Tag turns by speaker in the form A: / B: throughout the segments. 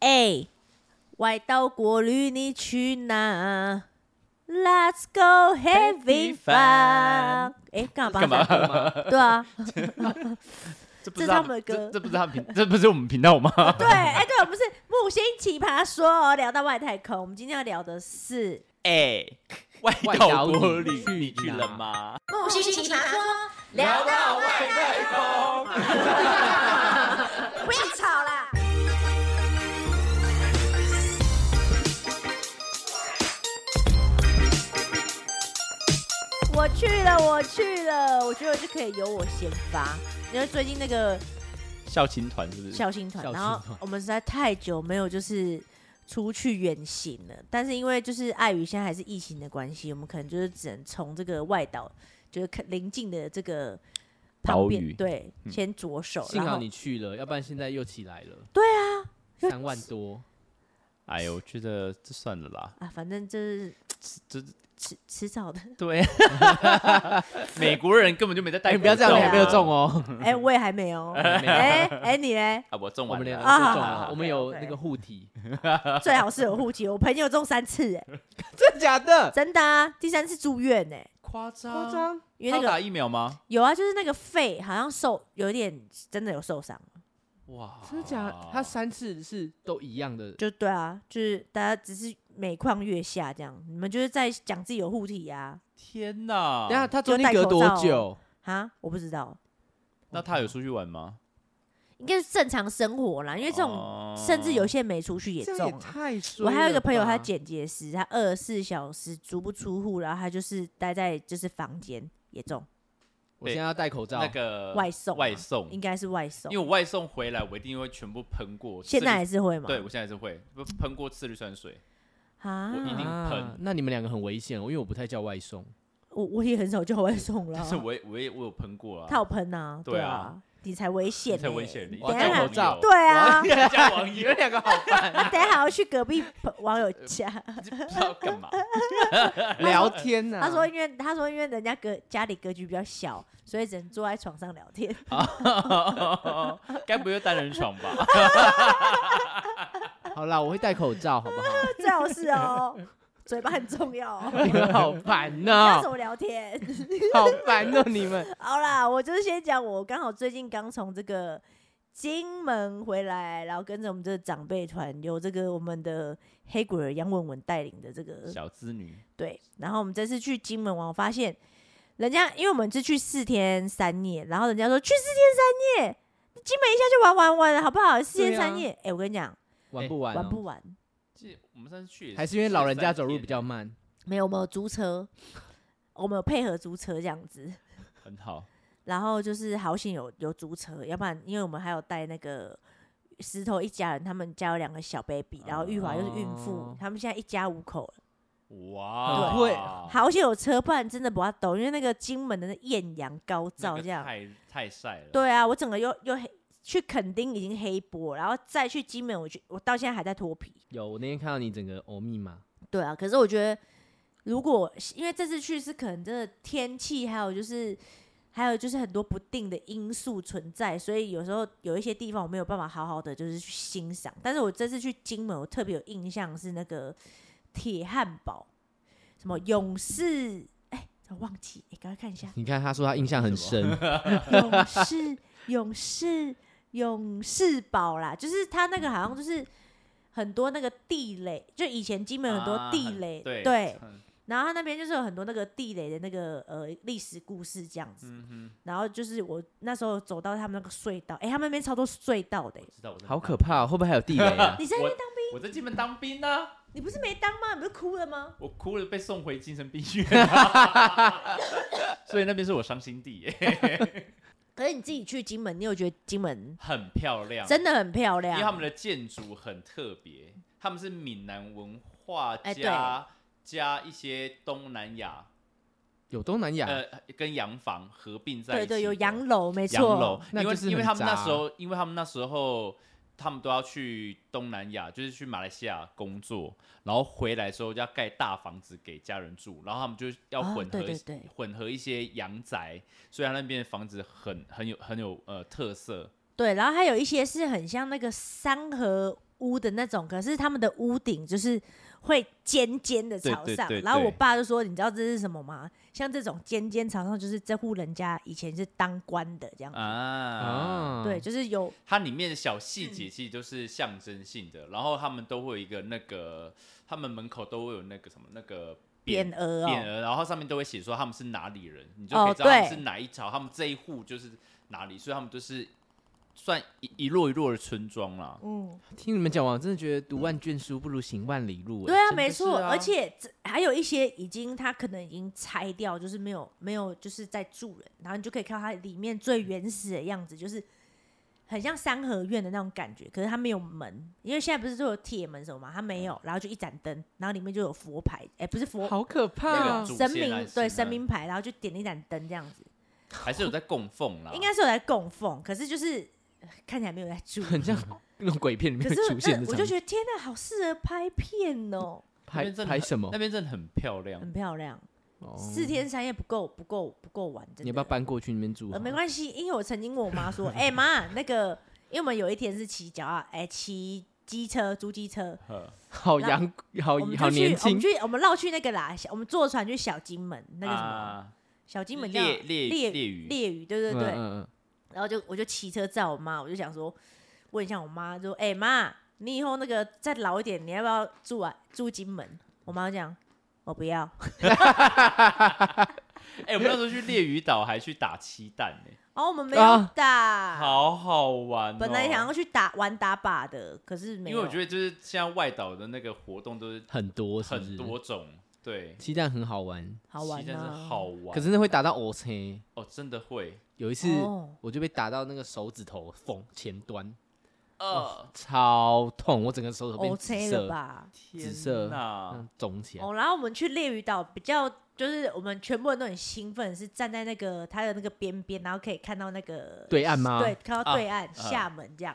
A: 哎，外岛国旅你去哪？Let's go having fun。哎，干嘛帮
B: 干
A: 他
B: 嘛
A: 打歌吗？对啊，
B: 这
A: 这
B: 不是
A: 是
B: 他
A: 他
B: 们
A: 们的
B: 这
A: 歌
B: 这不是他们频， 这不是我们频道吗？
A: 对，哎，对，我们是木星奇葩说哦，聊到外太空。我们今天要聊的是
B: 哎，外
C: 外
B: 岛
C: 岛
B: 国
C: 你
B: 旅
C: 去
B: 你去
C: 哪
B: 了吗？
A: 木星奇葩说，
B: 聊到外太空。
A: 不要吵啦。我去了，我去了，我觉得这可以由我先发，因为最近那个
B: 校青团是不是？
A: 孝心团，
C: 孝
A: 然
C: 心
A: 后
C: 团
A: 我们实在太久没有就是出去远行了，但是因为就是碍于现在还是疫情的关系，我们可能就是只能从这个外岛，就是看邻近的这个旁
B: 岛屿
A: 边，对，
B: 嗯
A: 先着手，
C: 幸
A: 然
C: 好
A: 后
C: 你去了，要不然现在又起来了。
A: 对啊，又
C: 三万多，
B: 哎呦，我觉得这算了啦，
A: 啊，反正就是
B: 这
A: 迟迟早的，
B: 对，美国人根本就没在戴
C: 哎，
B: 口罩啊。
C: 你不要这样，
A: 对
C: 你
A: 啊
C: 还没有中哦。
A: 哎、我也还没有，
C: 没有
A: 哎哎，你嘞？
B: 啊，我中
C: 我
B: 完
C: 们两
B: 了
C: 个
B: 啊。
C: 都
A: 啊
C: 中
A: 好
C: 了，我们有
A: OK，OK
C: 那个护体，
A: 最好是有户籍，我朋友中三次、哎，
C: 真的假的？
A: 真的、啊，第三次住院呢、哎
B: 夸张
C: 夸张，
A: 因为
B: 他
A: 那
B: 有打
A: 个
B: 疫苗吗？
A: 有啊，就是那个肺好像受有一点真的有受伤。
B: 哇，
C: 真的假的？他三次是都一样的，
A: 就对啊，就是大家只是每况愈下这样。你们就是在讲自己有护体啊？
B: 天哪！
C: 等一下他中
A: 有
C: 间
A: 戴
C: 隔
A: 口
C: 多
A: 罩
C: 久？
A: 哈，我不知道，
B: 那他有出去玩吗？
A: 应该是正常生活啦，因为这种
B: 哦
A: 甚至有些没出去也
C: 这
A: 中
C: 样也
A: 啊。
C: 太衰
A: 我还有一个
C: 了
A: 朋友，他
C: 吧
A: 剪接师，他二十四小时足不出户，然后他就是待在就是房间也中，
C: 我现在要戴口罩
B: 那，个
A: 外送啊
B: 外送，
A: 应该是外送
B: 嗯因为。我外送回来，我一定会全部喷过次氯。
A: 现在还是会吗？
B: 对，我现在还是会不喷过次氯酸水。
A: 啊，
B: 我一定喷
C: 啊那你们两个很危险，哦，因为我不太叫外送。
A: 我我也很少叫外送 了
B: 但，是我也我也我有喷过啊，
A: 他有喷啊，
B: 对啊
A: 对啊，你才危险呢，
B: 你 才危险，你
A: 等一
C: 我要戴
A: 下
C: 口，罩
A: 对啊，
B: 加网
C: 你
B: 友
C: 们两个好烦，
A: 等一下还要去隔壁朋网 友家。
B: 不知道干嘛，
C: 聊天啊呐。
A: 他说，因为他说，因为人家隔家里格局比较小，所以只能坐在床上聊天。
B: 该不会单人床吧？
C: 好啦，我会戴口罩，好 不好？
A: 最好是 哦，嘴巴很重要、哦。
C: 你们好烦
A: 要
C: 呐
A: 怎，么聊天？
C: 好烦哦，你们。
A: 好啦，我就是先讲，我刚好最近刚从这个金门回来，然后跟着我们这个长辈团，有这个我们的黑鬼儿杨文文带领的这个
B: 小资女，
A: 对，然后我们这次去金门玩，我发现人家因为我们是去四天三夜，然后人家说去四天三夜，金门一下就玩玩玩了，好不好？四天
C: 对啊
A: 三夜，哎、我跟你讲，
C: 玩不玩哦？
A: 玩不玩？
B: 记我们上次去也
C: 还是因为老人家走路比较慢，
A: 没有，我们有租车，我们有配合租车这样子。
B: 很好，
A: 然后就是好险有有租车，要不然因为我们还有带那个石头一家人，他们家有两个小 baby，然后玉华又是孕妇，
C: 哦
A: 他们现在一家五口了。
B: 哇，
C: 很会
B: 哦
A: 好险有车，不然真的不要抖，因为那个金门的那艳阳高
B: 那
A: 照
B: 个
A: 这样。
B: 太太晒了，
A: 对啊，我整个又又黑，去垦丁已经黑波，然后再去金门，我就我到现在还在脱皮。
C: 有我那天看到你整个欧密码，
A: 对啊，可是我觉得如果因为这次去是可能真的天气，还有就是还有就是很多不定的因素存在，所以有时候有一些地方我没有办法好好的就是去欣赏。但是我这次去金门，我特别有印象是那个铁汉堡，什么勇士，哎，我忘记，哎，赶快看一下。
C: 你看他说他印象很深，
A: 勇士，勇士，勇士堡啦，就是它那个好像就是很多那个地雷，就以前金门有很多
B: 啊
A: 地雷，
B: 对
A: 对，
B: 嗯
A: 然后它那边就是有很多那个地雷的那个呃历史故事这样子，
B: 嗯
A: 然后就是我那时候走到他们那个隧道，哎、他们那边超多隧道的、
B: 哼，知道我在
C: 好可怕哦，会不会还有地雷啊？
A: 你在那
B: 我
A: 边当，
B: 我在金门当兵呢，
A: 你不是没当吗？你不是哭了吗？
B: 我哭了被送回精神病院，啊 所以那边是我伤心地耶，
A: 可是你自己去金门，你有觉得金门
B: 很漂亮，
A: 真的很漂
B: 因为他
A: 亮？
B: 们的建筑很特别，他们是闽南文化
A: 哎对
B: 加加一些东南亚，
C: 有东南亚，
B: 呃，跟洋房合并在一
A: 啊对
B: 起。
A: 对，有洋楼，没
B: 洋
A: 错
B: 楼，，
C: 那
B: 因为
C: 就是
B: 因为
C: 很啊
B: 他们那
C: 杂
B: 时候，因为他们那时候。他们都要去东南亚，就是去马来西亚工作，然后回来之后要盖大房子给家人住，然后他们就要
A: 哦
B: 混合、
A: 对对对
B: 混合一些洋宅，所以他那边的房子很很有很有呃特色。
A: 对，然后还有一些是很像那个三合屋的那种，可是他们的屋顶就是会尖尖的朝上。
B: 对对对对
A: 然后我爸就说：“你知道这是什么吗？像这种尖尖朝上，就是这户人家以前是当官的这样。
B: 啊，
A: 对，，就是有
B: 它里面的小细
A: 嗯
B: 节其实都是象征性的，然后他们都会有一个那个，他们门口都会有那个什么那个
A: 匾额
B: 匾
A: 哦，
B: 额，然后上面都会写说他们是哪里人，你就
A: 哦
B: 可以知道他们
A: 对
B: 是哪一朝，他们这一户就是哪里，所以他们都是算一一落一落的村庄啦。
A: 嗯，
C: 听你们讲完，我真的觉得读万卷书不如行万里路。
A: 对
C: 哎
A: 啊，
B: 真的
A: 没错。
B: 是啊
A: 而且这还有一些已经他可能已经拆掉，就是没有没有就是在住人，然后你就可以看到它里面最原始的样子，就是很像三合院的那种感觉。可是它没有门，因为现在不是都有铁门什么嘛，它
B: 嗯
A: 没有，然后就一盏灯，然后里面就有佛牌，哎、不是佛。
C: 好可
B: 那
C: 怕
B: 个
C: 哦
B: 主！
A: 神
B: 线
A: 明
B: 还是嗯
A: 对
B: 那
A: 神明牌，然后就点一盏灯这样子，
B: 还是有在供奉啦。
A: 应该是有在供奉，可是就是呃看起来没有在 住。
C: 很像那种鬼片里面
A: 可是
C: 出现
A: 那
C: 的
A: 我就觉
C: 场景
A: 得天哪，好适合拍片哦，
C: 拍拍什么
B: 那？边真的很漂亮
A: 很，漂亮。
C: 哦
A: 四天三夜不够，不够，不够玩。真的
C: 你要不要搬过去那边住好
A: 呃，
C: 了？
A: 没关系，因为我曾经问我妈说：“哎、妈，那个，因为我们有一天是骑脚踏，哎、骑机车，租机车，
B: 呵
C: 好
A: 那
C: 阳，好
A: 我们
C: 哦好
A: 就去，
C: 年
A: 我
C: 轻
A: 们，去，我们绕去那个啦，小我们坐船去小金门那个什么，
B: 啊
A: 小金门叫
B: 猎猎
A: 猎
B: 猎鱼
A: 猎鱼，对对
C: 嗯
A: 对。
C: 嗯嗯
A: 然后就我就骑车载我妈，我就想说问一下我妈，就说：哎、妈，你以后那个再老一点，你要不要住啊住金门？我妈就讲：我不要。
B: 哎、我们那时候去猎鱼岛还去打鸡蛋呢、
A: 哦，我们没有
C: 啊
A: 打。
B: 好好玩、哦。
A: 本来想要去打玩打靶的，可是没
B: 因
A: 有。
B: 为我觉得就是现在外岛的那个活动都是
C: 很多是不
B: 很
C: 是
B: 多种，对，
C: 鸡蛋很好玩，
A: 好玩
B: 鸡蛋是
A: 啊，
B: 好玩，
C: 可是那会打到我车。
B: 哦，真的会，
C: 有一次
A: 哦
C: 我就被打到那个手指头缝前端，
B: 呃，
C: 超痛，我整个手指头变
A: OK
C: 紫
A: 了
C: 色，
A: 吧？
C: 紫色
B: 那
C: 嗯肿起来。
A: 哦，然后我们去猎鱼岛，比较就是我们全部人都很兴奋，是站在那个它的那个边边，然后可以看到那个
C: 对岸吗？
A: 对，看到对岸、
B: 啊
A: 厦门这样。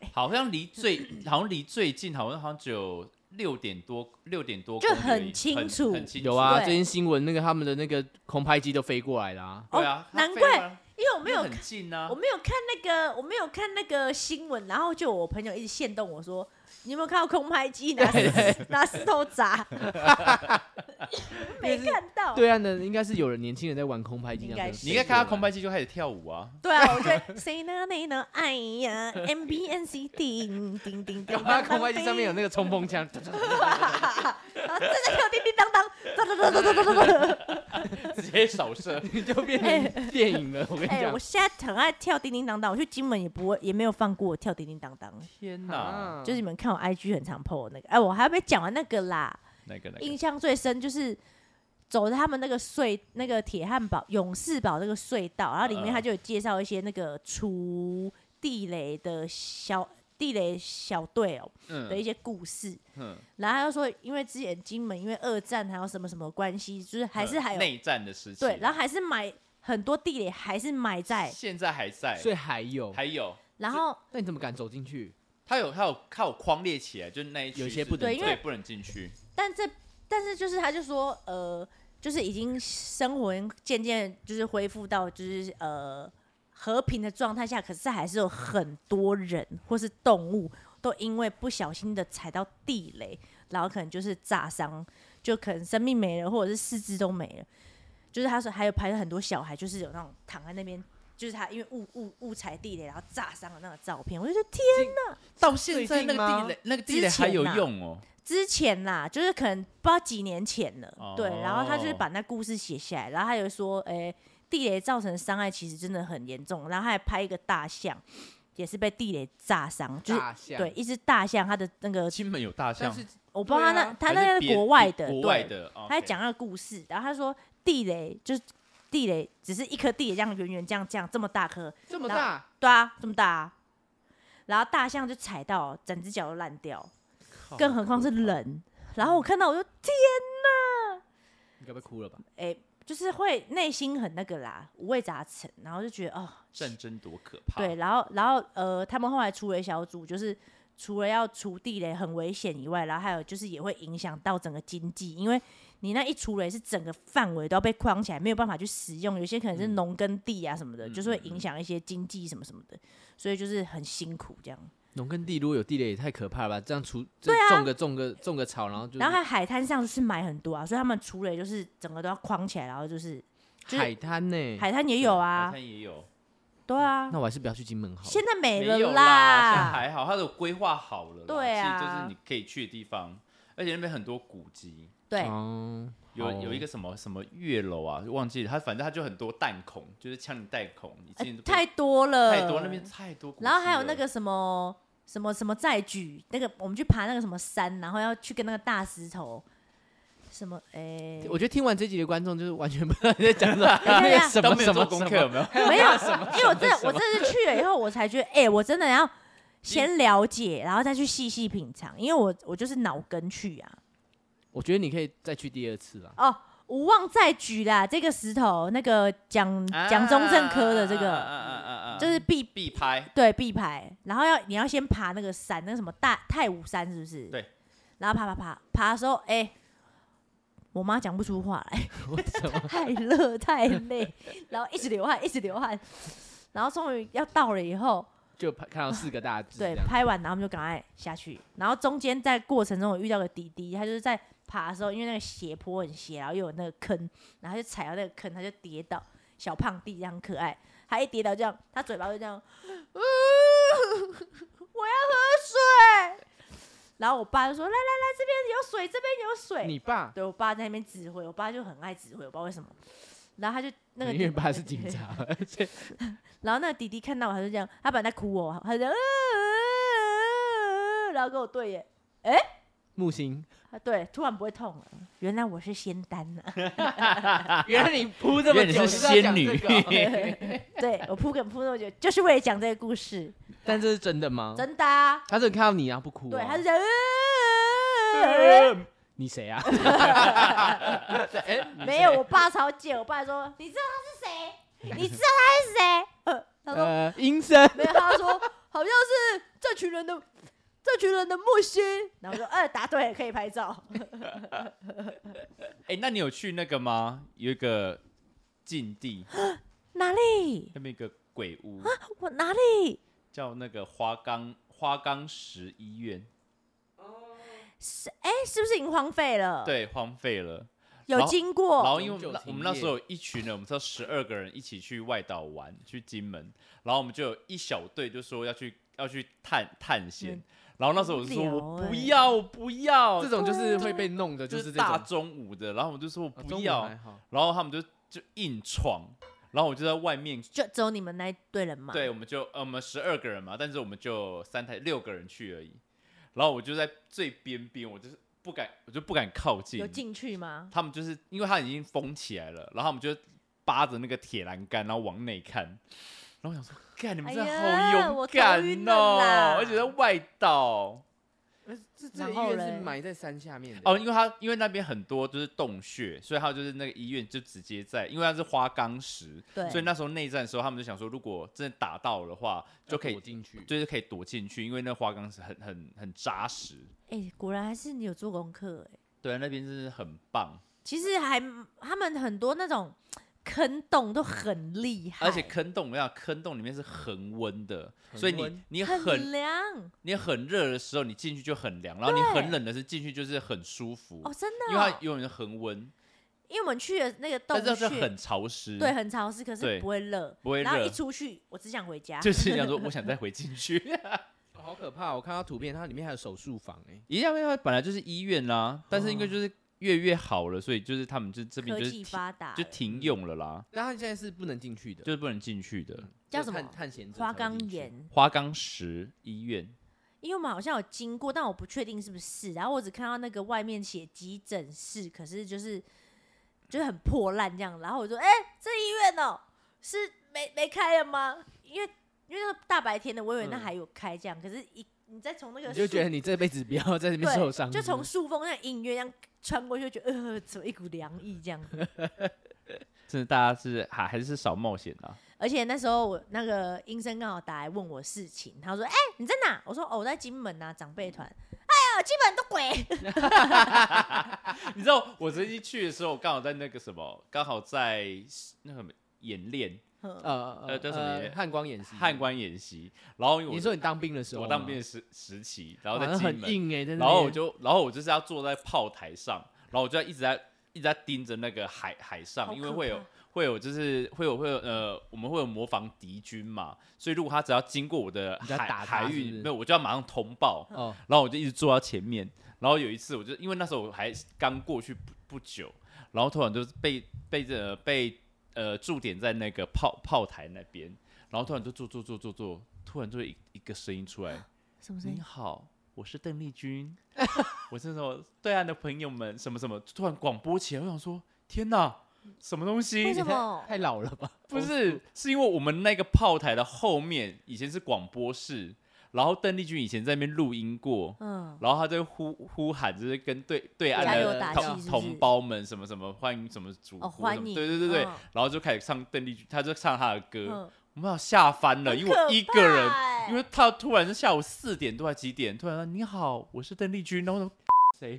A: 哎
B: 好像离最好像离最近好像好像只有六点多六点多
A: 就
B: 公里而已，
A: 很清楚
B: 很清楚
C: 有啊，
A: 对
C: 最近新闻那个他们的那个空拍机都飞过来啦、
B: 对
A: 哦，
B: 啊它
A: 难
B: 飞
A: 怪
B: 过来
A: 因为我没有
B: 那很近啊
A: 我，没有看那个，我没有看那个新闻，然后就我朋友一直限动我说，你有没有看到空拍 机拿拿石头砸？ 没看到。
C: 对岸的应该是有人年轻人在玩空拍机，
A: 哦应该
C: 这样
A: 是
C: 子
B: 你应该看到空拍机就开始跳 舞啊，
A: 对啊，我觉得谁呢谁呢？哎呀，M B N C 叮叮叮
C: 有
A: 叮，
C: 吗？空拍机上面有那
A: 个，
C: 个冲锋枪，
A: 哎然后真的有叮叮当当，当当当当当当当。
B: 直接扫射，
C: 你 就变成电影了。我跟你
A: 哎，
C: 讲
A: 我，现在很爱跳叮叮当当，我去金门也不会，也没有放过我跳叮叮当当。
B: 天
C: 啊
B: 哪，
A: 就是你们看我 IG 很常 PO 的那个，哎，我还没讲完那个啦。
B: 那个那
A: 印
B: 个
A: 象最深就是走在他们那个隧那个铁汉堡勇士堡那个隧道，然后里面
B: 嗯
A: 他就有介绍一些那个除地雷的小地雷小队哦的一
B: 嗯
A: 些故事。
B: 嗯，
A: 然后他又说，因为之前金门因为二战还有什么什么关系，就是还是还有、
B: 嗯呃内战的时期，啊
A: 对，然后还是埋很多地雷还是埋在，
B: 现在还在，
C: 所以还有，
B: 还有。
A: 然后
C: 那你怎么敢走进去？
B: 它有它有它有框列起来，就是那一区
C: 有些
B: 是
C: 不能
A: 对因为
B: 对不能进去，
A: 但这但是就是他就说呃，就是已经生活渐渐就是恢复到就是呃和平的状态下，可是还是有很多人或是动物都因为不小心的踩到地雷，然后可能就是炸伤，就可能生命没了，或者是四肢都没了。就是他说还有拍了很多小孩，就是有那种躺在那边。就是他因为误误误踩地雷，然后炸伤了那个照片，我就觉得天
B: 到现在
C: 最
B: 那
C: 近吗
B: 个地雷那个地雷
A: 之前
B: 还有
A: 呐
B: 用哦，
A: 之前啦，就是可能不知道几年前了，
B: 哦
A: 对，然后他就是把那故事写下来，然后他有说，诶、地雷造成的伤害其实真的很严重，然后他还拍一个大象，也是被地雷炸伤，就是
C: 大象
A: 对，，一只大象，它的那个
B: 金门有大象，
C: 但是
A: 我不知道他那、
C: 对啊
A: 他
B: 啊还
A: 那
B: 别
A: 是国外的，
B: 国
A: 对
B: 外的，哦
A: 他还讲那个故事，然后他说地雷就是地雷，只是一颗地雷这样圆圆这样这样这么大颗，
C: 这么大，
A: 对啊，这么大、啊，然后大象就踩到，整只脚都烂掉，更何
B: 哦
A: 况是人。然后我看到我就
C: 你该不会哭了吧？
A: 哎、就是会内心很那个啦，五味杂陈，然后就觉得哦，
B: 战争多可怕，
A: 对，然后然后呃，他们后来除雷小组就是除了要除地雷很危险以外，然后还有就是也会影响到整个经济，因为你那一除雷是整个范围都要被框起来，没有办法去使用，有些可能是农耕地啊什么的，
B: 嗯
A: 就是会
B: 嗯嗯
A: 影响一些经济什么什么的，所以就是很辛苦这样。
C: 农耕地如果有地雷也太可怕了吧？这样除就
A: 对啊
C: 种个种个种个草，然后就
A: 然后还有海滩上就是买很多啊，所以他们除了就是整个都要框起来，然后就是就是
C: 海滩呢？
A: 海滩也有啊，
B: 看也有，
A: 对啊，
C: 那我还是不要去金门好了。
A: 现在没
B: 没有
A: 了
B: 啦，现在还好，它都有规划好了啦，
A: 对啊
B: 其实就是你可以去的地方，而且那边很多古迹，
A: 对，
C: 哦，
B: 有有一
C: 个
B: 个什么什么月楼啊，忘记了，它反正它就很多弹孔，就是枪你弹孔，你
A: 呃
B: 进去都不
A: 太多了，
B: 太多那边太多古迹了，
A: 然后还有那个什么什么什么再举，那个我们去爬那个什么山，然后要去跟那个大石头，什么诶，
C: 我觉得听完这集的观众就是完全不知道你 在讲什么，
A: 等一
C: 那
A: 下
C: 个什
B: 都
C: 么
B: 没有
C: 什
B: 做
C: 么
B: 功
C: 什
B: 课
C: 么
B: 有没有？
A: 没有，因为我真的我真的是去了以后，我才觉得，哎、我真的要先了解，然后再去细细品尝，因为我我就是脑根去啊。
C: 我觉得你可以再去第二次啦。
A: 哦，无望再举啦，这个石头，那个蒋
B: 啊
A: 蒋中正科的这个，
B: 个
A: 就是必
B: 啊必拍，
A: 对必排，然后要你要先爬那个山，那个什么大太武山是不是？
B: 对。
A: 然后爬爬爬爬的时候，哎、我妈讲不出话来，
C: 为什么？
A: 太热太累，然后一直流汗，一直流汗，然后终于要到了以后，
C: 就拍看到四个大字这
A: 对，
C: 样，
A: 拍完然后我们就赶快下去，然后中间在过程中我遇到个弟弟，他就是在爬的时候，因为那个斜坡很斜，然后又有那个坑，然后他就踩到那个坑，他就跌倒，小胖弟这样很可爱，他一跌倒这样，他嘴巴就这样，嗯， 我要喝水，然后我爸就说来来来，这边有水，这边有水，
C: 你爸
A: 对我爸在那边指挥，我爸就很爱指挥，我不知道为什么，然后他就那个
C: 因为爸是警察，而 且
A: 然后那个弟弟看到我，他就这样，他本来在哭哦，他就这样，呃然后跟我对眼，
C: 木星，
A: 他对，突然不会痛了，原来我是仙丹 呐、
C: 原来你铺这么
B: 原来
C: 久
B: 你是
C: 就是要
B: 仙
C: 讲
B: 女
C: 这
A: 对
C: 个哦
A: 我铺梗铺那么久，就是为了讲这个故事，
C: 但这是真的吗？
A: 真的、啊，
C: 他真的看到你啊不哭哦？
A: 对，他就这样，呃
C: 你 谁啊？哎
A: 呃没有，我爸超贱，我爸说，你知道他是谁？你知道他是 谁？呃他说
C: 呃，阴森，
A: 没有，他说好像是这群人的这群人的木星，然后我说，呃，答对了，可以拍照。
B: 哎，那你有去那个吗？有一个禁地，
A: 哪里？
B: 那边有一个鬼屋，
A: 啊我哪里？
B: 叫那个花岗花岗石医院，
A: 是哎、是不是已经荒废了？，
B: 对，荒废了。
A: 有
B: 然后
A: 经
B: 然
A: 过。
B: 后因为我
C: 永久
B: 们那我们
C: 停
B: 那
C: 业
B: 时候有一群人，我们说十二个人一起去外岛玩，去金门，然后我们就有一小队就说要去要去探探险
A: 嗯，
B: 然后那时候我就说
A: 无聊欸
B: 我不要，我不要，
C: 这种就是会被弄的，
B: 就
C: 就是
B: 是
C: 这种
B: 大中午的，然后我就说我
C: 啊
B: 不
C: 中午
B: 要，
C: 还好
B: 然后他们就就硬闯，然后我就在外面，
A: 就只有你们那一队人嘛？
B: 对，我，们就呃我们十二个人嘛，但是我们就三台六个人去而已，然后我就在最边边，我就是不敢，我就不敢靠近
A: 有，进去吗？
B: 他们就是因为他已经封起来了，然后他们就扒着那个铁栏杆，然后往内看，然后我想说，干你们真的
A: 哎呀我
B: 好勇
A: 头晕
B: 敢
A: 了
B: 哦，
A: 啦
B: 而且在外岛。
C: 呃这这
A: 然
C: 个
A: 后
C: 医院
A: 嘞
C: 是埋在山下面的
B: 哦，因为它因为那边很多就是洞穴，所以它就是那个医院就直接在，因为它是花岗石，
A: 对
B: 所以那时候内战的时候，他们就想说，如果真的打到的话，就可以
C: 躲进去。
B: 就是可以躲进去，因为那花岗石很很很扎实。
A: 哎、果然还是你有做功课哎、
B: 对，那边真是很棒，
A: 其实还他们很多那种坑洞都很厉害，
B: 而且坑洞，我跟你讲，坑洞里面是恒温的，
C: 恒
B: 所以你
C: 温
B: 你
A: 很
B: 很
A: 凉
B: 你很热的时候，你进去就很凉，然后你
A: 对
B: 很冷的时候进去就是很舒服，
A: 哦，真
B: 因
A: 的
B: 为
A: 哦、
B: 它永远是恒温，
A: 因为我们去的那个洞
B: 但是它是
A: 穴，
B: 很潮湿，
A: 对，，很潮湿，可是
B: 对
A: 不会热，
B: 不会
A: 然后
B: 热
A: 一出去，我只想回家。
B: 就是想说我想再回进去。
C: 哦好可怕！我看到图片，它里面还有手术房哎，
B: 一样，因为本来就是医院啦、但是因为就是越越好了，所以就是他们就这边
A: 嗯科
B: 就是
A: 技
B: 停
A: 发达了，嗯
B: 就停用了啦，
C: 但它现在是不能进去的，
B: 就是不能进去的。
A: 叫
C: 就
A: 什么
C: 探探险者
A: 花
C: 才能
A: 岗
C: 进去。
A: 岩，
B: 花岗石医院，
A: 因为我们好像有经过，但我不确定是不是。然后我只看到那个外面写急诊室，可是就是就是很破烂这样。然后我说：“哎、这医院哦、是没没开了吗？”因为因为那个大白天的，我以为那
C: 嗯
A: 还有开这样，可是一你再从那个
C: 你就
A: 树
C: 觉得你这辈子不要在那边
A: 对
C: 受伤，
A: 就是
C: 不
A: 从
C: 是
A: 树缝那隐约这样穿过去，就觉得呃，怎么一股凉意这样。
B: 真的大家是还还是少冒险啊。
A: 而且那时候我那个医生刚好打来问我事情，他说：“哎、你在哪？”我说：“哦，我在金门啊，长辈团。”哎呦，金门的鬼！
B: 你知道我最近去的时候，我刚好在那个什么，刚好在那个什么演练，
A: 嗯
C: 呃
B: 呃叫什么也
C: 汉光演习，
B: 汉。光演习，然后因为
C: 你
B: 我
C: 说你当兵的时候吗，
B: 我当兵的时时期，然后
C: 哇
B: 在
C: 那
B: 金
C: 很
B: 门，
C: 硬哎，真的。
B: 然后我就然后我就是要坐在炮台上，然后我就要一直在一直在盯着那个海海
A: 好
B: 上，因为
A: 可
B: 会有
A: 怕
B: 会有就是会有会有呃，我们会有模仿敌军嘛，所以如果他只要经过我的
C: 你就要
B: 海
C: 打他
B: 海
C: 是不
B: 域，
C: 是
B: 没有我就要马上通报，
C: 哦，
B: 然后我就一直坐到前面，然后有一次我就因为那时候我还刚过去不不久，然后突然就是被被这被呃驻点在那个炮炮台那边，然后突然就坐坐坐坐坐，突然就一一个声音出来，
A: 什么声
B: 你
A: 音？
B: 好，我是邓丽君， 我是什么对岸的朋友们什么什么，突然广播起来，我想说天哪，什么东
A: 为
B: 西
A: 什？
C: 太
A: 么
C: 太老了吧？
B: 不是，是因为我们那个炮台的后面以前是广播室，然后邓丽君以前在那边录音过，
A: 嗯，
B: 然后他就呼呼喊，就是跟对对岸
A: 加油
B: 的
A: 打
B: 呃同
A: 气，是不
B: 同
A: 是？
B: 胞们什么什么欢迎什么祖国
A: 哦，
B: 什么，
A: 欢迎，
B: 对对对对，
A: 嗯
B: 然后就开始唱邓丽君，他就唱他的歌，
A: 嗯
B: 我们要吓翻了，
A: 很
B: 因为呃我
A: 可
B: 一个人
A: 怕，欸
B: 因为他突然下午四点多还几点，突然说你好，我是邓丽君，然后我说谁，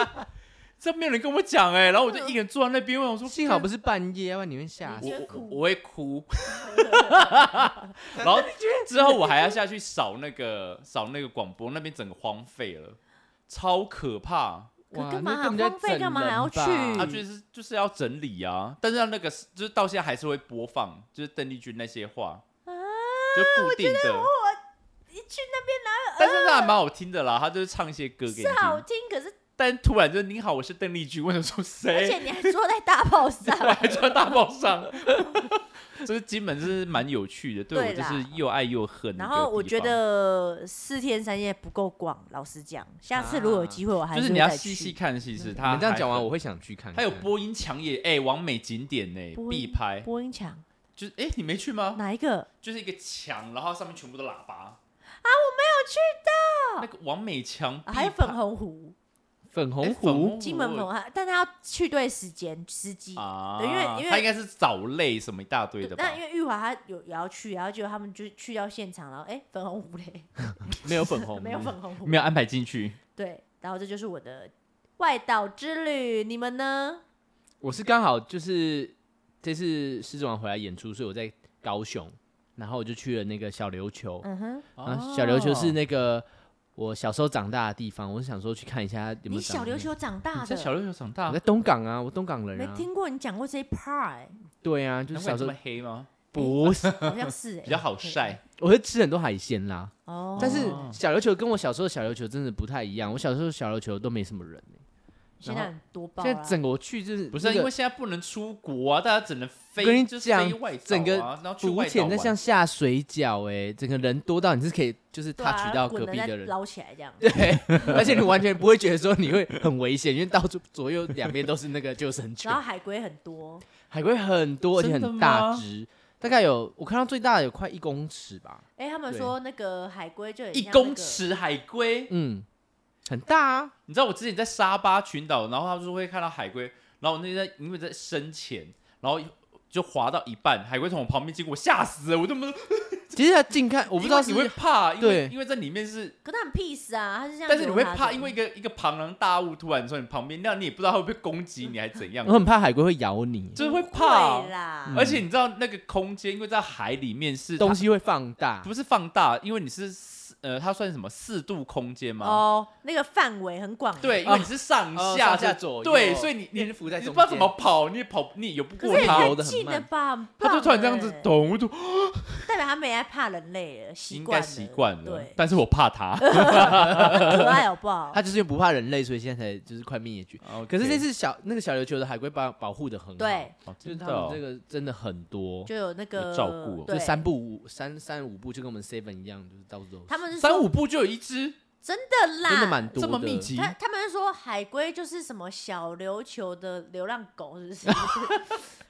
B: 这没有人跟我讲哎、然后我就
A: 嗯
B: 一个人坐在那边，我想说
C: 幸好不是半夜，要不然你会吓
A: 你觉。
C: 死
A: 得
B: 我
A: 苦
B: 我我会 哭，然后之后我还要下去扫那个扫那个广播，那边整个荒废了，超可怕。
A: 可
C: 哇
A: 干嘛
C: 那
A: 啊
C: 根本在
A: 荒废
C: 整
A: 干嘛还
C: 人
A: 要
C: 吧
A: 去
B: 啊，就是就是要整理啊，但是他那个是就是到现在还是会播放，就是邓丽君那些话，
A: 啊
B: 就固定的。
A: 一去那边
B: 但是那还蛮好听的啦，他就是唱一些歌给你
A: 是好
B: 听。
A: 听，可是
B: 但突然就你好，我是邓丽君，我想说
A: 而
B: 谁？
A: 且你还坐在大炮 上，
B: 我还穿大帽上， 就是金门就是蛮有趣的，对我
A: 对
B: 就
A: 啦
B: 是又爱又恨的一
A: 然
B: 个地方。
A: 后我觉得四天三夜不够广，老实讲，下次如果有机会，我还
B: 啊就是
A: 会
B: 你要
A: 再
B: 细细
A: 去嗯
B: 看，其实
C: 你
B: 他
C: 们这样讲完，
B: 还
C: 我嗯会想去看看。
B: 还有播音墙也哎，完美景点呢
A: 播，音
B: 必拍。
A: 播音墙
B: 就是哎，你没去吗？
A: 哪一个？
B: 就是一个墙，然后上面全部都喇叭。啊，我没有去到。那个王美强必
A: 啊
B: 拍，
A: 还有粉红湖，
C: 粉红
B: 哎粉
C: 湖
B: 红
A: 金门粉红，啊但他要去对时间时机。
B: 啊，
A: 对因为因为
B: 他应该是藻类什么一大堆
A: 对
B: 的吧
A: 那？因为玉华他有也要去，然后就他们就去到现场，然后哎、粉红湖嘞，
C: 没有粉红，
A: 没有粉红湖，
B: 没有安排进去，
A: 对，然后这就是我的外岛之旅，你们呢？
C: 我是刚好就是这次狮子王回来演出，所以我在高雄，然后我就去了那个小琉球。
A: 嗯哼，
C: 啊，小琉球
B: 哦
C: 是那个我小时候长大的地方，我想说去看一下有没
A: 你
C: 有。
A: 小琉，球长大
B: 你在小
A: 的，
B: 琉球长
C: 我
B: 大
C: 在，东港啊，我东港人
A: 没
C: 啊。
A: 听过你讲过这一 part，、欸、
C: 对啊，就
B: 难怪
C: 是小
B: 你
C: 时
B: 这
C: 候
B: 么黑吗？
C: 不是，
A: 好像是、欸，
B: 比较好
A: 对
B: 晒
C: 我会吃很多海鲜啦。
A: 哦。
C: 但是
B: 哦
C: 小琉球跟我小时候的小琉球真的不太一样，我小时候的小琉球都没什么人、欸、
A: 现在很多爆
C: 现在
A: 了，
C: 整个我去就是
B: 不是啊
C: 那个
B: 因为现在不能出国啊，大家只能飞，
C: 我跟你
B: 就是
C: 讲
B: 飞外岛啊
C: 整个
B: 然后去
C: 浮
B: 外
C: 潜
B: 岛
C: 那
B: 玩
C: 像下水饺哎、整个人多到你是可以就是
A: 对啊
C: touch 到隔
A: 滚了
C: 壁
A: 再
C: 的人，
A: 捞起来这样。
C: 对，而且你完全不会觉得说你会很危险，因为到处左右两边都是那个救生 圈
A: 然后，海龟很多，
C: 海龟很多而且
B: 真的
C: 很
B: 吗
C: 大只，大概有我看到最大的有快一公 尺吧，
A: 哎、他们
C: 对
A: 说那个海龟就很
B: 一
A: 像那
B: 公
A: 个，
B: 尺海龟，
C: 嗯，很大啊，
B: 你知道我之前在沙巴群岛，然后他们就会看到海龟，然后我那天在因为在深潜，然后就滑到一半，海龟从我旁边经过，我吓死了，我怎么
C: 其实它近看我不知道是
B: 因为你会怕，因为
C: 对
B: 因为在里面是，
A: 可它很 peace 啊，它是这样。
B: 但是你会怕，因为一个一个庞然大物突然从你旁边，那你也不知道它会不会攻击你，还怎样
C: 我，很怕海龟会咬你，
B: 就是会怕哦嗯
A: 对。啦，
B: 而且你知道那个空间，因为在海里面是
C: 东西会放大
B: 它，不是放大，因为你是四呃，它算什么四度空间吗？
A: 哦，那个范围很广。
B: 对，因为你是上
C: 哦
B: 下
C: 上下左右
B: 对，所以你你
C: 蝙蝠在
B: 你
C: 中
B: 不知道怎
C: 间
B: 么跑，你也跑你也游不
A: 可
B: 过
A: 是也
C: 它
B: 它，
A: 太
C: 游得很
A: 近了
C: 慢
A: 吧？很
B: 它就
A: 棒
B: 突然这样子
A: 欸，
B: 咚我就
A: 代表它没爱怕人类了，习
B: 应
A: 惯
B: 该
A: 了
B: 习惯了
A: 对，，
B: 但是我怕它。
A: 可爱好不好？
C: 它就是因为不怕人类，所以现在才就是快灭绝。 可是这
B: 次
C: 次小那个小琉球的海龟保保护的很好，，
A: 对，
C: 就是
B: 真的
C: 他们
B: 哦
C: 这个真的很多，
A: 就有那个
B: 照顾哦
C: 就
A: 对，
C: 三步五三三五步就跟我们 seven 一样，就是到处都是
A: 他们是
B: 三
A: 说
B: 五步就有一只，
A: 真的啦，
C: 真的蛮多
B: 这么密集
A: 他他们是说海龟就是什么小琉球的流浪狗，是不 是？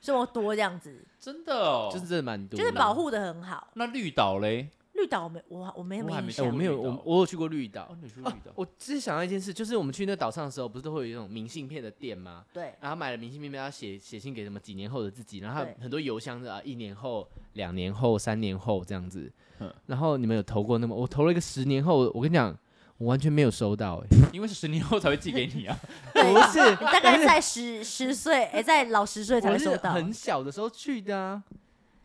A: 这么多这样子，
B: 真的哦。
C: 就是真的蛮多
A: 就
C: 的，
A: 是保护的很好。
B: 那绿岛嘞？
A: 绿岛我没我我没什
B: 我
A: 么
B: 还
A: 印
B: 没
C: 哎。
A: 象
C: 我，没有，
B: 绿岛
C: 我我有去过绿
A: 哦
C: 岛。
B: 你去绿
C: 啊我只是想到一件事，就是我们去那岛上的时候，不是都会有一种明信片的店吗？
A: 对，
C: 然后买了明信片，要写写信给什么几年后的自己，然后
A: 对
C: 很多邮箱的啊，一年后、两年后、三年后这样子
B: 嗯。
C: 然后你们有投过那么？我投了一个十年后，我跟你讲，我完全没有收到、欸，
B: 因为是十年后才会寄给 你啊。
C: 不是，
A: 你大概在十十岁，哎，在老十岁才
C: 我
A: 会
C: 是
A: 收到。
C: 很小的时候去的啊。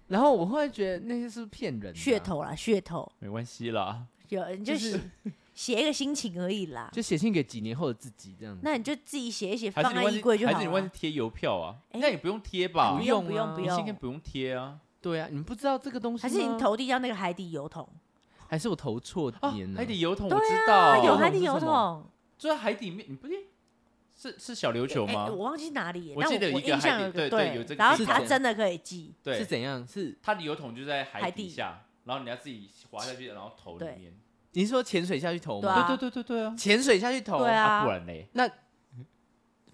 C: 然后我会觉得那些是不是骗人的啊、
A: 噱头啦，噱头
B: 没关系啦，
A: 有你
C: 就
A: 就是写写一个心情而已啦。
C: 就写信给几年后的自己这样子。
A: 啊那你就自己写一写，
B: 还
A: 放
B: 是你
A: 在
B: 忘
A: 衣
B: 记
A: 柜就
B: 还
A: 好
B: 是你忘记
A: 了。
B: 贴邮票啊？
A: 哎
B: 那也不用贴吧
A: 不？
C: 用
A: 用不用
C: 啊
A: 不
B: 你
A: 用
B: 现在，不用贴啊。
C: 对啊，你们不知道这个东西
A: 还是
C: 吗
A: 你投递到那个海底油桶
C: 还是我投错
B: 啊
C: 年，了、
B: 海底油桶哦我知道，
A: 啊？有
C: 海
A: 海底油
C: 是什
A: 桶
C: 么
B: 就在海底面，你不是是是小琉球
A: 哎
B: 吗？
A: 我忘记哪里了，
B: 我
A: 但
B: 记得有
A: 我
B: 一个
A: 印象
B: 海
A: 有
B: 底对对有这
A: 对，
B: 个
A: 然后
C: 是
A: 它
C: 的
A: 真的可以寄，
C: 是
B: 对，
C: 怎样？是
B: 它的油桶就在海
A: 海
B: 底
A: 底
B: 下，然后你要自己滑下去，然后投里
A: 对
B: 面。
C: 你是说潜水下去投
A: 对
C: 吗？
A: 啊
B: 对对对对对啊！
C: 潜水下去投，
A: 对啊
B: 不然嘞，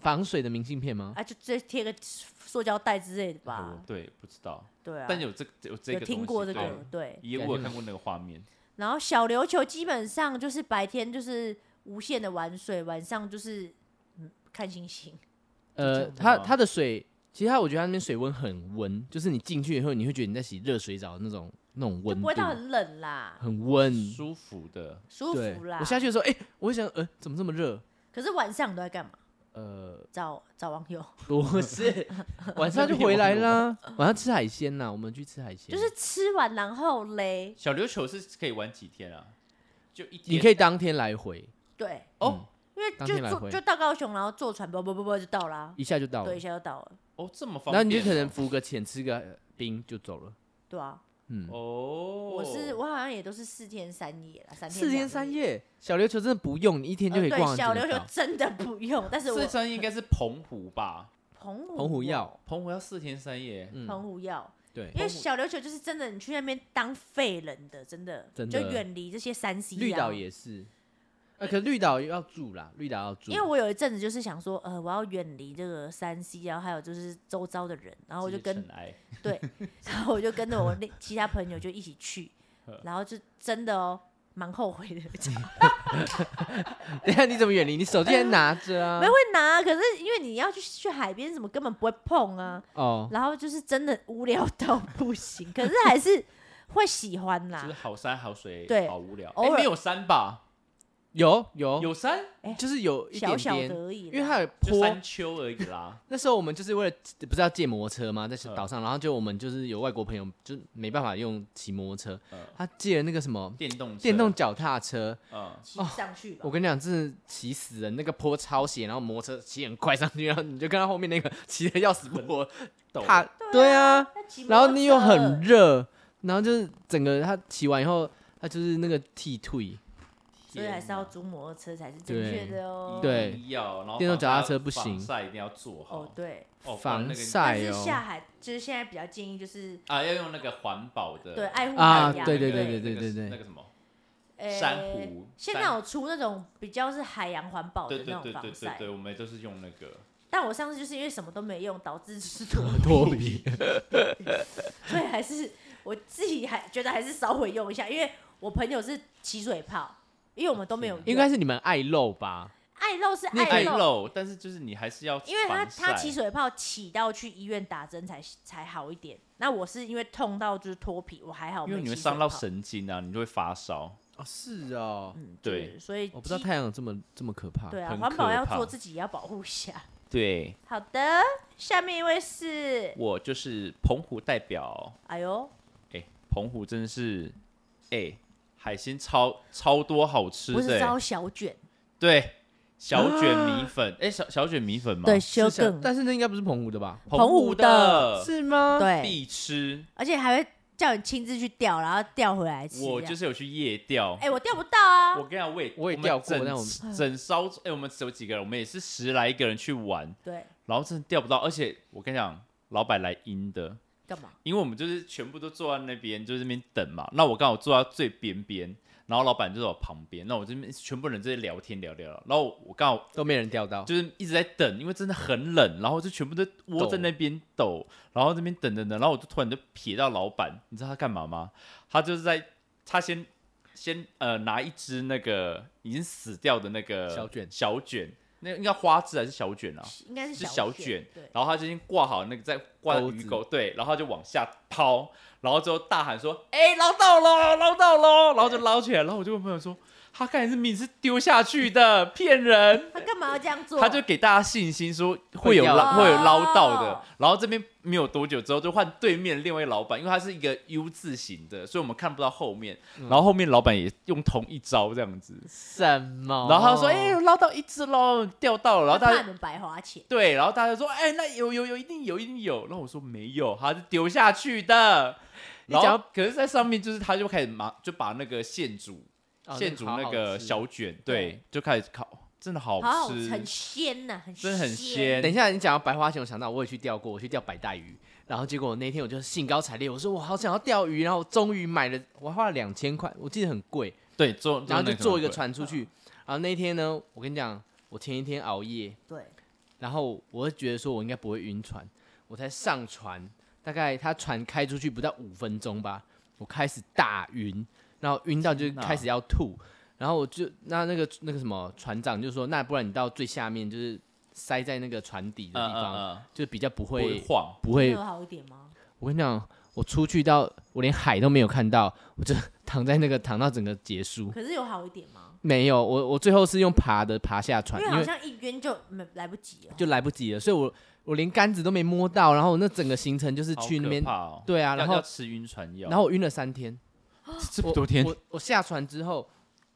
C: 防水的明信片吗？
A: 啊，就直接贴个塑胶袋之类的吧
B: 我。对不知道，
A: 对啊，
B: 哦但有这个有这
A: 有
B: 个
A: 听
B: 东
A: 过
B: 西
A: 这
B: 对
A: 个对。
B: 也
C: 改
B: 我有
C: 天
B: 看过那个画面，
A: 然后小琉球基本上就是白天就是无限的玩水，晚上就是嗯看星星。
B: 就
C: 呃，
B: 这样
C: 它
B: 吗
C: 它的水，其实它我觉得它那边水温很温，就是你进去以后，你会觉得你在洗热水澡的那种那种
A: 就
C: 温
A: 不
C: 度
A: 会，到很冷 啦，
C: 很温。
A: 嗯
B: 舒服的。
A: 舒
C: 对
A: 服啦。
C: 我下去的时候，哎、我会想，呃，怎么这么热？
A: 可是晚上你都在干嘛？
C: 呃，
A: 找找网友，
C: 不 是，晚上就回来啦，晚上吃海鲜啦，我们去吃海鲜，
A: 就是吃完然后嘞，
B: 小琉球是可以玩几天啊？就一天。
C: 你可以当天来回，
A: 对，
B: 哦
A: 因为
C: 当
A: 就
C: 天来
A: 坐
C: 回
A: 就到高雄，然后坐船，不不不不就到啦，
C: 一下就到了
A: 对，一，下就到了，
B: 哦，这么方便
C: 然
B: 哦。
C: 后你就可能浮个潜，吃个呃冰就走了，
A: 对啊。
C: 嗯。
B: 哦，
A: 我是我好像也都是四天三夜啦，三天
C: 四天
A: 两
C: 三
A: 夜。
C: 夜，小琉球真的不用，你一天
A: 呃
C: 就可以
A: 对
C: 逛完
A: 小
C: 整个
A: 琉球
C: 岛。
A: 真的不用，但是我
B: 四三应该是澎湖吧？
A: 澎湖
C: 澎湖
A: 要
C: 药，
B: 澎湖要四天三夜，
A: 澎
C: 嗯，
A: 湖要，
C: 对，
A: 因为
B: 澎湖
A: 小琉球就是真的，你去那边当废人的，真的，
C: 真
A: 就
C: 的
A: 远离这些三 C、啊。
C: 绿岛，也是，呃，可是绿岛要住啦，绿岛要住，
A: 因为我有一阵子就是想说，呃，我要远离这个三 C，然后还有就是周遭的人，然后我就
B: 这些
A: 跟
B: 尘埃
A: 对，然后我就跟着我那 其他朋友就一起去
B: 呵，
A: 然后就真的哦，蛮后悔的，
C: 等一下你怎么远离？你手机还拿着 啊
A: 没？会拿，可是因为你要去去海边，什么根本不会碰啊，
C: 哦，
A: 然后就是真的无聊 到不行，可是还是会喜欢
B: 就是
A: 啦，
B: 好山好水，
A: 啊对
B: 好无聊。
A: 偶
B: 哎，
A: 尔哦
B: 没有山吧？
C: 有有，
B: 有山
C: 就是有一
A: 小
C: 点
A: 小
C: 点
A: 的，而已啦，
C: 因为它有
B: 就
C: 坡
B: 山。丘而已啦。
C: 那时候我们就是为了不是要借摩托车
A: 呃
C: 吗？在岛上，然后就我们就是有外国朋友，就没办法用骑摩托车
A: 呃
B: 嗯，
C: 他借了那个什么
B: 电动车
C: 电动，脚踏车，
B: 嗯，
A: 骑上去吧
C: 我。跟你讲，真的骑死人，那个坡超斜，然后摩托车骑很快上去，然后你就看到后面那个骑的要死不活，
B: 抖
C: 他对啊，
A: 那骑摩
C: 然后
A: 托
C: 你又
A: 车
C: 很热，然后就是整个他骑完以后，他就是那个剃退，
A: 所以还是要租摩托车才是正确的哦。
C: 对
B: 一定要，然后
C: 电动脚踏车
B: 防
C: 不行
B: 防晒一定要做好
A: 哦，对。
B: 哦不然那个
C: 防
A: 但
C: 晒
A: 是下
C: 哦，
A: 海就是现在比较建议就是
B: 啊，要用那个环保的
A: 对爱护
C: 啊
A: 海洋，
C: 对
B: 那个
C: 对对
B: 那个
C: 对对对
B: 那个什么
A: 呃
B: 珊瑚
A: 现在有出那种比较是海洋环保的
B: 对对
A: 那种
B: 对对
A: 防
B: 对
A: 晒，
B: 对，我们都是用那个
A: 但我上次就是因为什么都没用，导致 就是 脱，
C: 脱皮，
A: 所以还是我自己还觉得还是稍微用一下，因为我朋友是起水泡，因为我们都没
B: 啊
A: 有用。
C: 应该是你们爱露吧？
A: 爱露是
B: 爱
A: 露，
B: 露，但是就是你还是要防晒，
A: 因为他他起水泡起到去医院打针才才好一点。那我是因为痛到就是脱皮，我还好没
B: 因
A: 起水泡，
B: 为你会伤到神经啊，你就会发烧。
C: 哦，是哦，
A: 嗯，
B: 对
A: 就是所以
C: 我不知道
A: 基
C: 太阳有这么这么可怕，
A: 对啊，
B: 很
A: 环保
B: 可
A: 要
B: 怕
A: 做自己，也要保护一下。
B: 对
A: 好的，下面一位是，
B: 我就是澎湖代表，
A: 哎呦，
B: 哎、澎湖真的是，哎、海鲜超超多好吃
A: 不是
B: 的、欸
A: 烧小卷，
B: 对，小卷米粉， 哎、小小卷米粉吗？
A: 对，
C: 是
A: 修
C: 想
A: 更，
C: 但是那应该不是澎湖的吧？
A: 澎湖
B: 湖
A: 的
C: 是吗？，
A: 对，
B: 必吃，
A: 而且还会叫你亲自去钓，然后钓回来吃这样。
B: 我就是有去夜钓。
A: 哎，我钓不到啊
B: 我，跟你讲，我也
C: 我也
B: 们
C: 钓过
B: 整
C: 但我
B: 整烧哎、我们只有几个人，我们也是十来个人去玩，
A: 对，
B: 然后真的钓不到，而且我跟你讲，老板来阴的，
A: 干嘛？
B: 因为我们就是全部都坐在那边，就是那边等嘛。那我刚好坐到最边边，然后老板就在我旁边，那我这边全部人在聊天聊聊，然后我刚好
C: 都没人钓到，
B: 就是一直在等，因为真的很冷，然后就全部都窝在那边抖，然后这边等等等，然后我就突然就瞥到老板，你知道他干嘛吗？他就是在他先先呃拿一只那个已经死掉的那个
C: 小卷
B: 小卷，那个应该花枝还是小卷啊？
A: 应该是
B: 是
A: 小
B: 小卷
A: 对，
B: 然后他就先挂好那个在挂在
C: 钩
B: 鱼
C: 子
B: 钩，对，然后他就往下抛，然后之后大喊说：“哎、捞到喽，捞到喽！”然后就捞起来，然后我就问朋友说：“他刚才是米是丢下去的，骗人。
A: 他干嘛要这样做？
B: 他就给大家信心说会有
C: 会掉
B: 捞
A: 的
B: 会有捞到的
A: 哦，
B: 然后这边没有多久之后就换对面另外一个老板，因为他是一个 U 字形的，所以我们看不到后面。然后后面老板也用同一招这样子，
C: 什么？
B: 然后他说：“哎、捞到一只喽，钓到了。”然后大
A: 他怕
B: 家
A: 你们白花钱，
B: 对，然后大家就说：“哎、那有有有，一定有，一定有。”然后我说：“没有，他是丢下去的。”
C: 你
B: 然
C: 讲
B: 后可是，在上面就是他就开始马就把那个现煮
C: 哦
B: 现煮那
C: 好好
B: 个
C: 吃
B: 小卷，
A: 对
B: 对，就开始烤，真的好
A: 好好
B: 吃，
A: 很鲜呐，很
B: 真的很
A: 鲜。
B: 鲜。
C: 等一下，你讲到白花钱，我想到我也去钓过，我去钓白带鱼，然后结果那天我就兴高采烈，我说我好想要钓鱼，然后我终于买了，我花了两千块，我记得很贵，
B: 对，做
C: 然后就做一个
B: 船。
C: 船出去。然后那天呢，我跟你讲，我前一天熬夜，
A: 对，
C: 然后我就觉得说我应该不会晕船，我才上船，大概他船开出去不到五分钟吧，我开始大晕，然后晕到就
B: 天哪
C: 开始要吐，然后我就那那个那个什么船长就说，那不然你到最下面就是塞在那个船底的
B: 嗯
C: 地
B: 嗯
C: 方，
B: 嗯，
C: 就比较不
B: 不
C: 会
B: 晃，
C: 不
A: 会
C: 会
A: 有。啊好一点吗？
C: 我跟你讲，我出去到我连海都没有看到，我就 躺在那个躺到整个结束。
A: 可是有好一点吗？
C: 没有，我我最后是用爬的爬下
A: 因
C: 船，
A: 为
C: 因
A: 好
C: 为
A: 像一晕就没来不及了。
C: 就来不及了，所以我我连杆子都没摸到，然后我那整个行程就是
B: 好
C: 去那
B: 可
C: 边
B: 怕，哦
C: 对啊，
B: 要
C: 然
B: 要
C: 后
B: 吃晕船药，
C: 然后我晕了三天，
B: 这
C: 我
B: 么多天
C: 我我下船之后，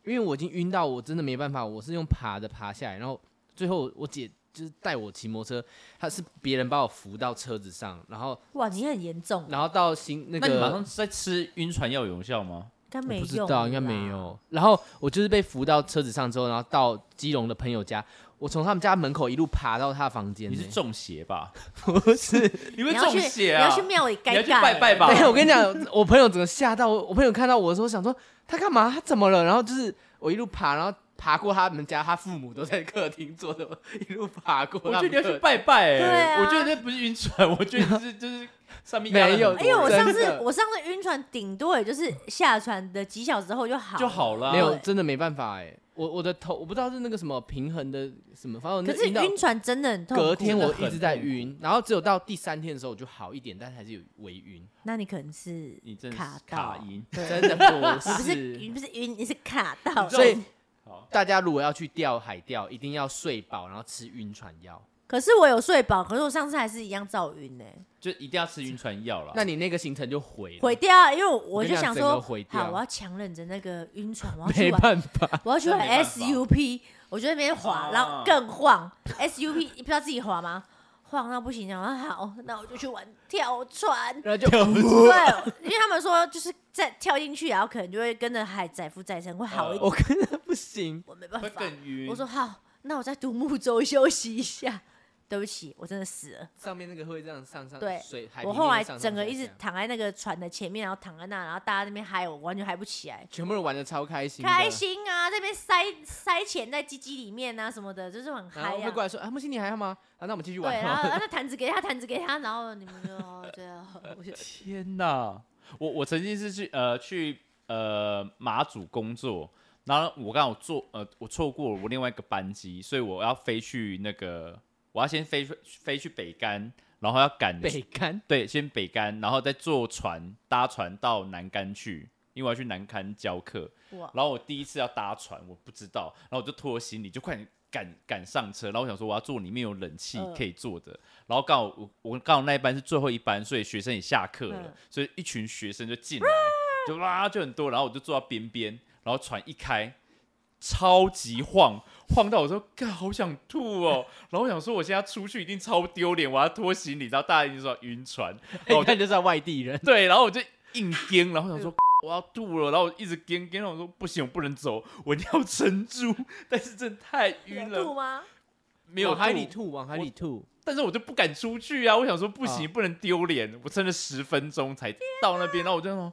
C: 因为我已经晕到我真的没办法，我是用爬的爬下来，然后最后我姐就是带我骑摩托车，她是别人把我扶到车子上，然后
A: 哇，你很严重，
C: 然后到新那
B: 那
C: 个
B: 你马上在吃晕船药有效吗？
A: 应该
C: 我
A: 没
C: 不知
A: 用啦，
C: 道，应该没有。然后我就是被扶到车子上之后，然后到基隆的朋友家，我从他们家门口一路爬到他房间欸
B: 你
C: 呢、
B: 是中邪吧？
C: 不是？
B: 你
A: 你
B: 会
A: 要
B: 中
A: 去，
B: 邪
A: 你
B: 啊
A: 要？去庙里
B: 你
A: 改
B: 要去拜拜吧
C: 对，我跟你讲， 我朋友整个吓到，我朋友看到我的时候想说他干嘛？他怎么了？然后就是我一路爬，然后爬过他们家，他父母都在客厅坐着，我一路爬过
B: 我
C: 他
B: 觉得
C: 们
B: 你要去
C: 客。
B: 拜拜
A: 对
B: 哎，
A: 啊
B: 我觉得那不是晕船，我觉得是就是上面压了
C: 没有
B: 很
A: 哎
B: 多
A: 呦，我
B: 人
C: 真
A: 上次
C: 的
A: 我上次晕船，顶多也就是下船的几小时后就好
B: 就好了啊
C: 没有，
A: 对
C: 真的没办法哎、我我的头我不知道是那个什么平衡的什么，反正我那
A: 可是
C: 晕到
A: 晕船真的很痛苦。
C: 隔天我
B: 真的
C: 一
B: 很
C: 直在
B: 痛苦
C: 晕，然后只有到第三天的时候我就好一点，但还是有微晕。
A: 那你可能是
B: 你真的
A: 卡
B: 是
A: 到
B: 卡，音，
C: 真的 不
A: 你不是
C: 是
A: 你。不是晕，你是卡到。
C: 所以
B: 好
C: 大家如果要去钓海钓，一定要睡饱，然后吃晕船药。
A: 可是我有睡饱，可是我上次还是一样照晕呢、
C: 嗯
B: 就一定要吃晕船药了。
C: 那你那个行程就毁了，
A: 毁掉，啊因为我我
C: 跟
A: 就
C: 你讲
A: 想
C: 整个
A: 说，
C: 毁掉
A: 好，我要强忍着那个晕船，我要去
C: 没
A: 玩，
C: 办法，
A: 我要去
B: 真
A: 玩
B: 的没办法
A: SUP，我就在那边滑，
B: 啊
A: 然后更晃 SUP，你不知道自己滑吗？晃到不行，然后好，那我就去玩跳船。
C: 然后就
A: 对，啊因为他们说就是在跳进去，然后可能就会跟着海载浮载沉会好一点。
C: 我跟他不行。
A: 我没办
B: 会
A: 法，
B: 更晕。
A: 我说好，那我在独木舟休息一下。对不起，我真的死了。
C: 上面那个会这样上上
A: 对
C: 水，海
A: 我
C: 平
A: 后
C: 面
A: 来
C: 上上
A: 整个
C: 下
A: 一直
C: 下
A: 躺在那个船的前面，然后躺在那，然后大家在那边嗨，我完全嗨不起来。
C: 全部人玩的超开心的，
A: 开心啊，这边塞塞钱在鸡鸡里面啊什么的，就是很
C: 然
A: 嗨
C: 后会
A: 啊。
C: 过来说啊，木星你还好吗？啊，那我们继续
A: 对，
C: 玩
A: 然
C: 哦。
A: 后啊那毯子给他，毯子给他，然后你们就哦对啊，我就
B: 天哪！我我曾经是去呃去呃马祖工作，然后我刚好坐呃我错过了我另外一个班机，所以我要飞去那个我要先飞去飞去北干，然后要赶
C: 北干
B: 对先北干，然后再坐船搭船到南干去，因为我要去南干教课。
A: 哇，
B: 然后我第一次要搭船，我不知道，然后我就拖行李，就快点赶赶上车。然后我想说我要坐里面有冷气
A: 嗯
B: 可以坐的，然后刚好我我刚好那一班是最后一班，所以学生也下课了，
A: 嗯
B: 所以一群学生就进来，就哇就很多，然后我就坐到边边，然后船一开，超级晃。晃到我说，干好想吐哦！然后我想说，我现在出去一定超丢脸，我要拖行李，然后大家一定说晕船，然后
C: 一
B: 我就
C: 看就知道外地人。
B: 对，然后我就硬颠，然后想说
A: 嗯
B: 我要吐了，然后我一直颠颠，然后我说不行，我不能走，我一定要撑住。但是真的太晕
A: 有
B: 了
A: 吐，吗？
B: 没有
C: 往海里，吐，往海里
B: 我
C: 吐。
B: 但是我就不敢出去啊！我想说不行，
C: 啊
B: 不能丢脸，我撑了十分钟才到那边，然后我就说。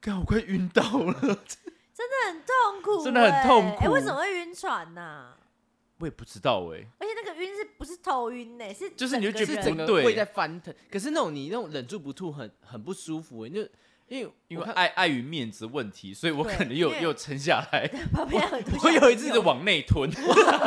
B: 干，我快晕到了，
A: 很痛苦欸，
B: 真的很痛
A: 哎，
B: 苦
A: 为什么会晕船呐？
B: 我也不知道哎、
A: 而且那个晕是不是头晕呢？是
B: 就是你就
A: 整
B: 觉得
A: 人
C: 整个
B: 对
C: 胃在翻腾，可是那种你那种忍住不吐很很不舒服欸，就因为
B: 因为
C: 我看
B: 碍碍于面子问题，所以我
A: 对
B: 可能
A: 因
B: 又
A: 为
B: 又撑下来，
A: 旁边很多
C: 我有一
B: 一
C: 次
B: 直往内吞。反刍
C: 我有一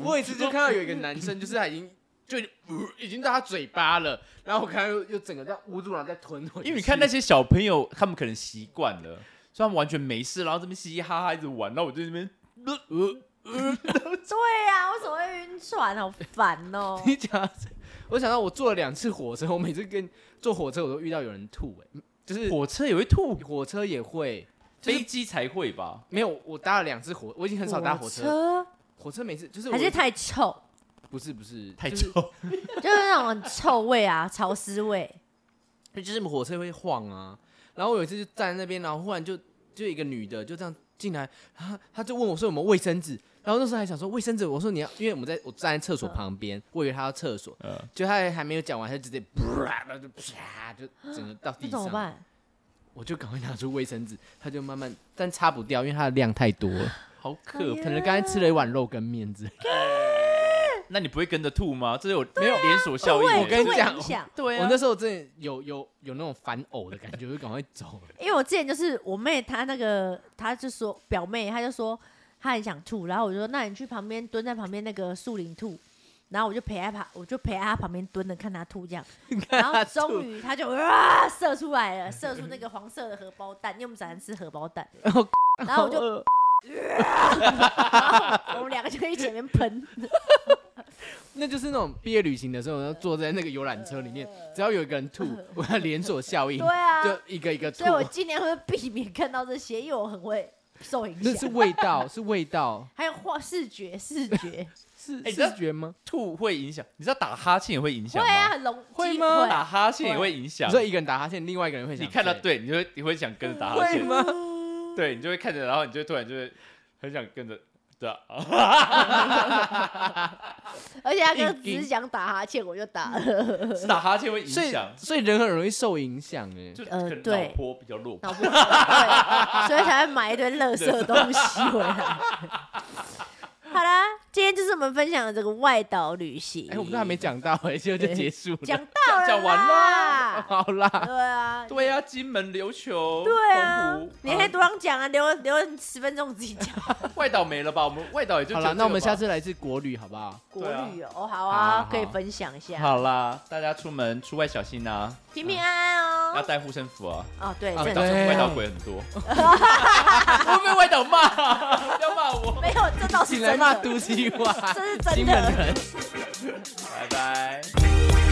C: 我有一次就看到有一个男生，就是他已经就已经、呃已经到他嘴巴了，然后我看到又又整个这样捂住，然后再吞回去。！
B: 因为你看那些小朋友，他们可能习惯了，所以他们完全没事，然后这边嘻嘻哈哈一直玩，然后我就在那边，呃呃
A: 对啊，为什么会晕船？好烦哦
C: 你讲到这，我想到我坐了两次火车，我每次跟坐火车我都遇到有人吐、欸，就是
B: 火车也会吐，
C: 火车也会，就是
B: 飞机才会吧？
C: 没有我搭了两次火，我已经 很少搭火车，
A: 车，
C: 火车每次就是我
A: 还是太臭，
C: 不是不是
B: 太，
C: 就是
B: 臭，
A: 就是那种很臭味啊，潮湿味。
C: 就是火车会晃啊。然后我有一次就站在那边，然后忽然就就一个女的就这样进来，然后她就问我说有没有卫生纸，然后那时候还想说卫生纸，我说你要，因为我们在我站在厕
A: 嗯
C: 所旁边，我以为她要厕所，
B: 嗯
C: 就她还没有讲完，她就直接啪，然后就啪就整个到
A: 那
C: 地
A: 怎么
C: 上，
A: 办？
C: 我就赶快拿出卫生纸，她就慢慢，但擦不掉，因为它的量太多了，
B: 好可
A: 哎
B: 怕
A: 呀！
C: 可能刚才吃了一碗肉跟面之类的。
B: 那你不会跟着吐吗？这有没
A: 啊
B: 有连锁效应
A: 会
B: 欸？
C: 我跟你
A: 会
C: 讲
A: 影响。
B: 对
C: 我
B: 啊
C: 那，时候真的有有有那种反呕的感觉，我就赶快走了。
A: 因为我之前就是我妹，她那个她就说表妹，她就说她很想吐，然后我就说那你去旁边蹲在旁边那个树林吐，然后我就陪她旁，我就陪她旁边蹲着看她吐这 样，然后终于她就啊射出来了，射出那个黄色的荷包蛋，因为我们早上吃荷包 蛋，然后我就
C: 好饿
A: 我们两个就在前面喷，
C: 那就是那种毕业旅行的时候，然后坐在那个游览车里面，只要有一个人 吐，我要连锁效应，
A: 对啊，
C: 就 一个一个吐
A: 所以。我尽量会避免看到这些，因为我很会受影
C: 那是
A: 响，
C: 味道，是 味道，
A: 还有画视觉视觉，
C: 是
B: 哎你知道
C: 视觉吗？
B: 吐会影响，你知道打哈欠也会影
A: 会
B: 响
A: 啊，
B: 吗？
A: 很容
C: 会
A: 机
C: 吗
B: 打哈欠也会影
C: 你
B: 响，
C: 说一个人打哈欠，另外一个人会想
B: 你看到
C: 睡
B: 对，你啊就会你会想跟着打哈
C: 会
B: 欠，
C: 吗？
B: 对你就会看着，然后你就会突然就会很想跟着，对啊，
A: 而且他刚
C: 硬
A: 刚只
C: 盯
A: 是想打哈欠，我就打了。
B: 是啊打哈欠会影
C: 所以
B: 响，
C: 所以人很容易受影响哎。
B: 就可
A: 呃
B: 能
A: 对
B: 脑波比较弱。
A: 脑部对， 所以才会买一堆垃圾东西回来。好啦，今天就是我们分享的这个外岛旅行。
C: 哎，我们都还没讲到哎，结果就结束了。
A: 讲到了，
B: 讲完啦。
C: 好啦，
A: 对 啊，
B: 对啊，金门、琉球、
A: 对啊
B: 澎湖，
A: 你可以多讲讲啊，留留十分钟自己讲
B: 外岛没了吧？我们外岛也就
C: 好
B: 只有
C: 啦，那我们
B: 这个
C: 下
B: 吧
C: 次来自国旅好 不好？
A: 国
B: 对啊
A: 旅哦，好
C: 好
A: 啊
C: 好，
A: 可以分享一下，
B: 好啦，大家出门出外小心啊，
A: 平平安安
B: 要
A: 哦。
B: 带护身符啊，
A: 哦，对，
C: 啊
A: 这
B: 外岛
A: 很重
C: 对
A: 要
B: 外岛鬼很多，我会被外岛骂啊，不要骂我，
A: 没有，这
B: 啊
A: 倒是
C: 请
A: 真
C: 来骂
A: 的，
C: 毒气话，
A: 这是
C: 金
A: 真
C: 门
A: 的。
C: 人。
B: 拜拜。